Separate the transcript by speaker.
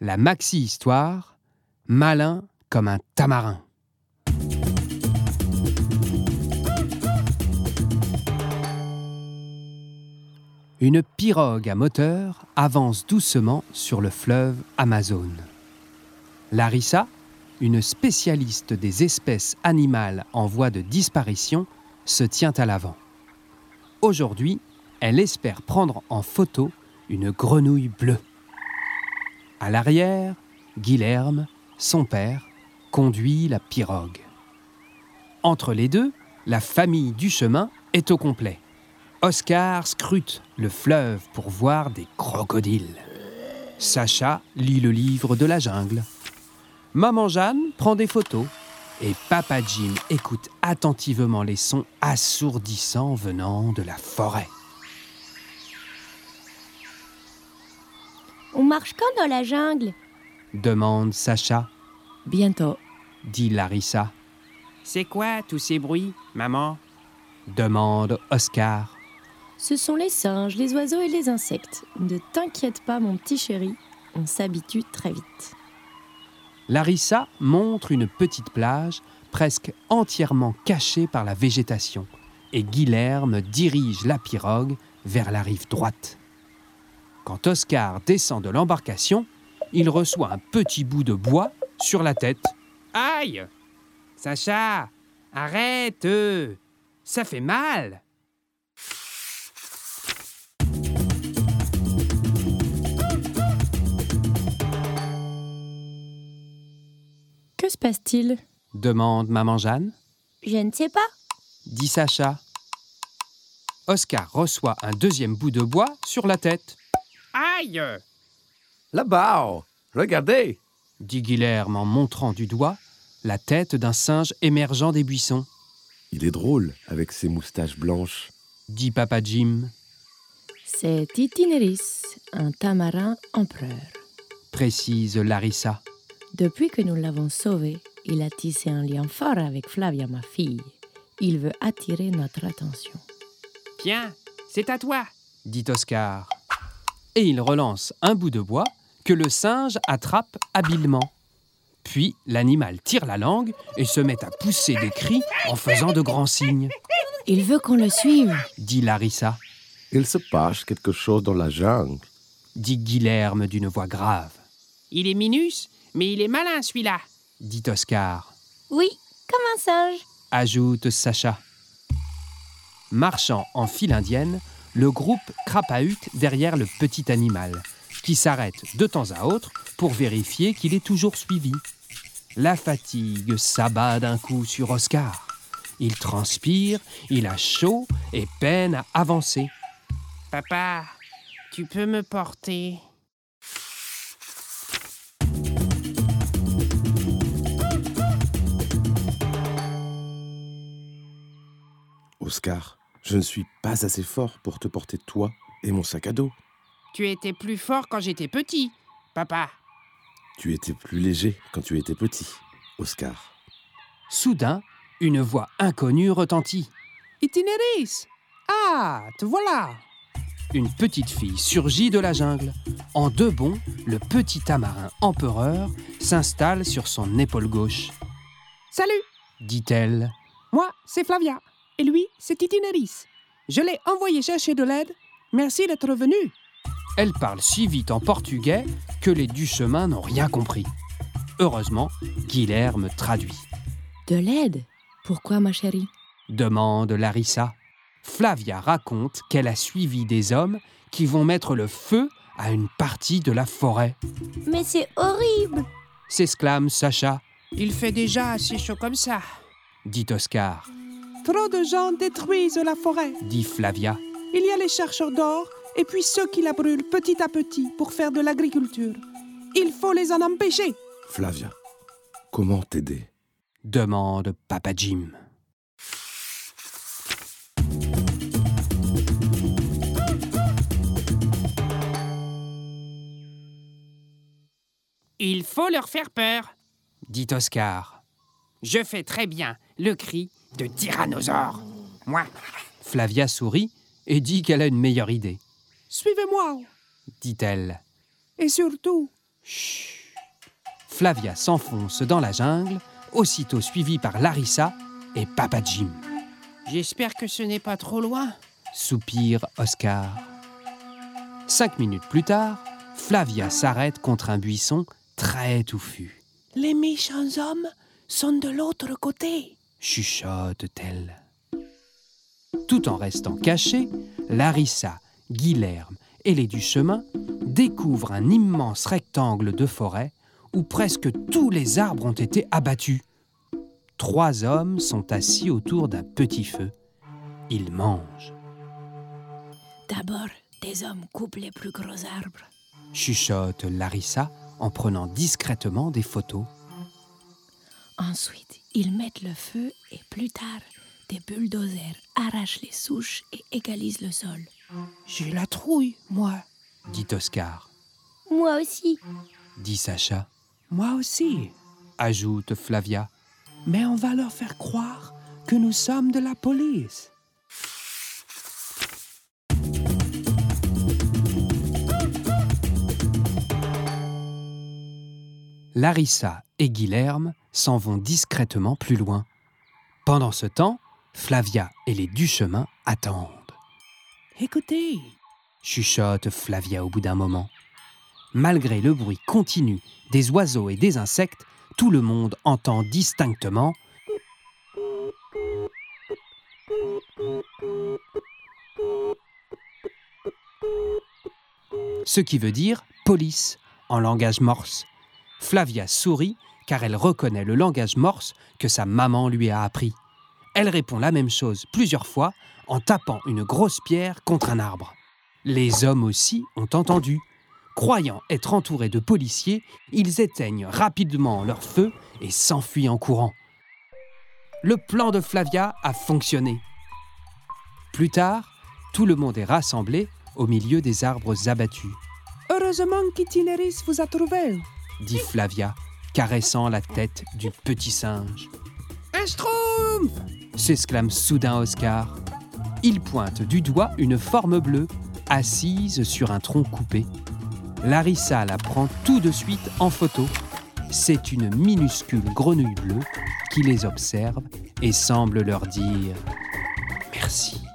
Speaker 1: la maxi-histoire, malin comme un tamarin. Une pirogue à moteur avance doucement sur le fleuve Amazon. Larissa, une spécialiste des espèces animales en voie de disparition, se tient à l'avant. Aujourd'hui, elle espère prendre en photo une grenouille bleue. À l'arrière, Guilherme, son père, conduit la pirogue. Entre les deux, la famille du chemin est au complet. Oscar scrute le fleuve pour voir des crocodiles. Sacha lit le livre de la jungle. Maman Jeanne prend des photos et Papa Jim écoute attentivement les sons assourdissants venant de la forêt.
Speaker 2: On marche quand dans la jungle
Speaker 1: Demande Sacha,
Speaker 3: Bientôt.
Speaker 1: dit Larissa. C'est quoi tous ces bruits, maman Demande Oscar.
Speaker 3: Ce sont les singes, les oiseaux et les insectes. Ne t'inquiète pas, mon petit chéri, on s'habitue très vite.
Speaker 1: Larissa montre une petite plage presque entièrement cachée par la végétation et Guilherme dirige la pirogue vers la rive droite. Quand Oscar descend de l'embarcation, il reçoit un petit bout de bois sur la tête. Aïe Sacha, arrête euh, Ça fait mal
Speaker 3: Que se passe-t-il
Speaker 1: demande Maman Jeanne.
Speaker 2: Je ne sais pas.
Speaker 1: dit Sacha. Oscar reçoit un deuxième bout de bois sur la tête. Aïe
Speaker 4: Là-bas, regardez.
Speaker 1: dit Guilherme en montrant du doigt la tête d'un singe émergeant des buissons,
Speaker 4: Il est drôle avec ses moustaches blanches.
Speaker 1: dit Papa Jim,
Speaker 3: C'est Titineris, un tamarin empereur.
Speaker 1: précise Larissa.
Speaker 3: Depuis que nous l'avons sauvé, il a tissé un lien fort avec Flavia, ma fille. Il veut attirer notre attention.
Speaker 1: Tiens, c'est à toi, dit Oscar. Et il relance un bout de bois que le singe attrape habilement. Puis l'animal tire la langue et se met à pousser des cris en faisant de grands signes,
Speaker 3: Il veut qu'on le suive.
Speaker 1: dit Larissa.
Speaker 4: Il se passe quelque chose dans la jungle.
Speaker 1: dit Guilherme d'une voix grave. Il est minus, mais il est malin celui-là, dit Oscar,
Speaker 2: Oui, comme un singe.
Speaker 1: ajoute Sacha. Marchant en file indienne, le groupe crapahute derrière le petit animal, qui s'arrête de temps à autre pour vérifier qu'il est toujours suivi. La fatigue s'abat d'un coup sur Oscar. Il transpire, il a chaud et peine à avancer.
Speaker 5: Papa, tu peux me porter
Speaker 4: Oscar, je ne suis pas assez fort pour te porter toi et mon sac à dos.
Speaker 5: Tu étais plus fort quand j'étais petit, papa.
Speaker 4: Tu étais plus léger quand tu étais petit, Oscar.
Speaker 1: Soudain, une voix inconnue retentit. Itinéris Ah, te voilà Une petite fille surgit de la jungle. En deux bonds, le petit tamarin empereur s'installe sur son épaule gauche.
Speaker 5: Salut,
Speaker 1: Dit-elle,
Speaker 5: moi c'est Flavia et lui c'est Titineris. Je l'ai envoyé chercher de l'aide. Merci d'être venu.
Speaker 1: elle parle si vite en portugais que les du chemin n'ont rien compris. Heureusement, Guilherme traduit.
Speaker 3: De l'aide Pourquoi, ma chérie
Speaker 1: demande Larissa. Flavia raconte qu'elle a suivi des hommes qui vont mettre le feu à une partie de la forêt.
Speaker 2: Mais c'est horrible.
Speaker 1: s'exclame Sacha,
Speaker 5: Il fait déjà assez chaud comme ça.
Speaker 1: dit Oscar,
Speaker 5: Trop de gens détruisent la forêt.
Speaker 1: dit Flavia,
Speaker 5: Il y a les chercheurs d'or et puis ceux qui la brûlent petit à petit pour faire de l'agriculture. Il faut les en empêcher.
Speaker 4: Flavia, comment t'aider
Speaker 1: demande Papa Jim.
Speaker 5: Il faut leur faire peur.
Speaker 1: Dit Oscar.
Speaker 5: Je fais très bien le cri de tyrannosaure. Moi,
Speaker 1: Flavia sourit et dit qu'elle a une meilleure idée,
Speaker 5: suivez-moi.
Speaker 1: dit-elle.
Speaker 5: Et surtout,
Speaker 1: Chut Flavia s'enfonce dans la jungle, aussitôt suivie par Larissa et Papa Jim. J'espère que ce n'est pas trop loin, soupire Oscar. Cinq minutes plus tard, Flavia s'arrête contre un buisson très touffu.
Speaker 5: Les méchants hommes sont de l'autre côté.
Speaker 1: Chuchote-t-elle. Tout en restant cachés, Larissa, Guilherme et les du chemin découvrent un immense rectangle de forêt où presque tous les arbres ont été abattus. Trois hommes sont assis autour d'un petit feu. Ils mangent,
Speaker 3: D'abord, des hommes coupent les plus gros arbres.
Speaker 1: chuchote Larissa en prenant discrètement des photos.
Speaker 3: Ensuite, ils mettent le feu et plus tard, des bulldozers arrachent les souches et égalisent le sol.
Speaker 5: J'ai la trouille, moi.
Speaker 1: dit Oscar,
Speaker 2: Moi aussi.
Speaker 1: dit Sacha,
Speaker 5: Moi aussi.
Speaker 1: ajoute Flavia.
Speaker 5: Mais on va leur faire croire que nous sommes de la police.
Speaker 1: Larissa et Guilherme s'en vont discrètement plus loin. Pendant ce temps, Flavia et les Duchemin attendent.
Speaker 5: Écoutez,
Speaker 1: Chuchote Flavia au bout d'un moment. Malgré le bruit continu des oiseaux et des insectes, tout le monde entend distinctement ce qui veut dire police en langage morse. Flavia sourit car elle reconnaît le langage morse que sa maman lui a appris. Elle répond la même chose plusieurs fois en tapant une grosse pierre contre un arbre. Les hommes aussi ont entendu. Croyant être entourés de policiers, ils éteignent rapidement leur feu et s'enfuient en courant. Le plan de Flavia a fonctionné. Plus tard, tout le monde est rassemblé au milieu des arbres abattus,
Speaker 5: heureusement qu'Itineris vous a trouvé.
Speaker 1: dit Flavia, caressant la tête du petit singe.
Speaker 5: Un schtroumpf
Speaker 1: s'exclame soudain Oscar. Il pointe du doigt une forme bleue, assise sur un tronc coupé. Larissa la prend tout de suite en photo. C'est une minuscule grenouille bleue qui les observe et semble leur dire ⁇ Merci ⁇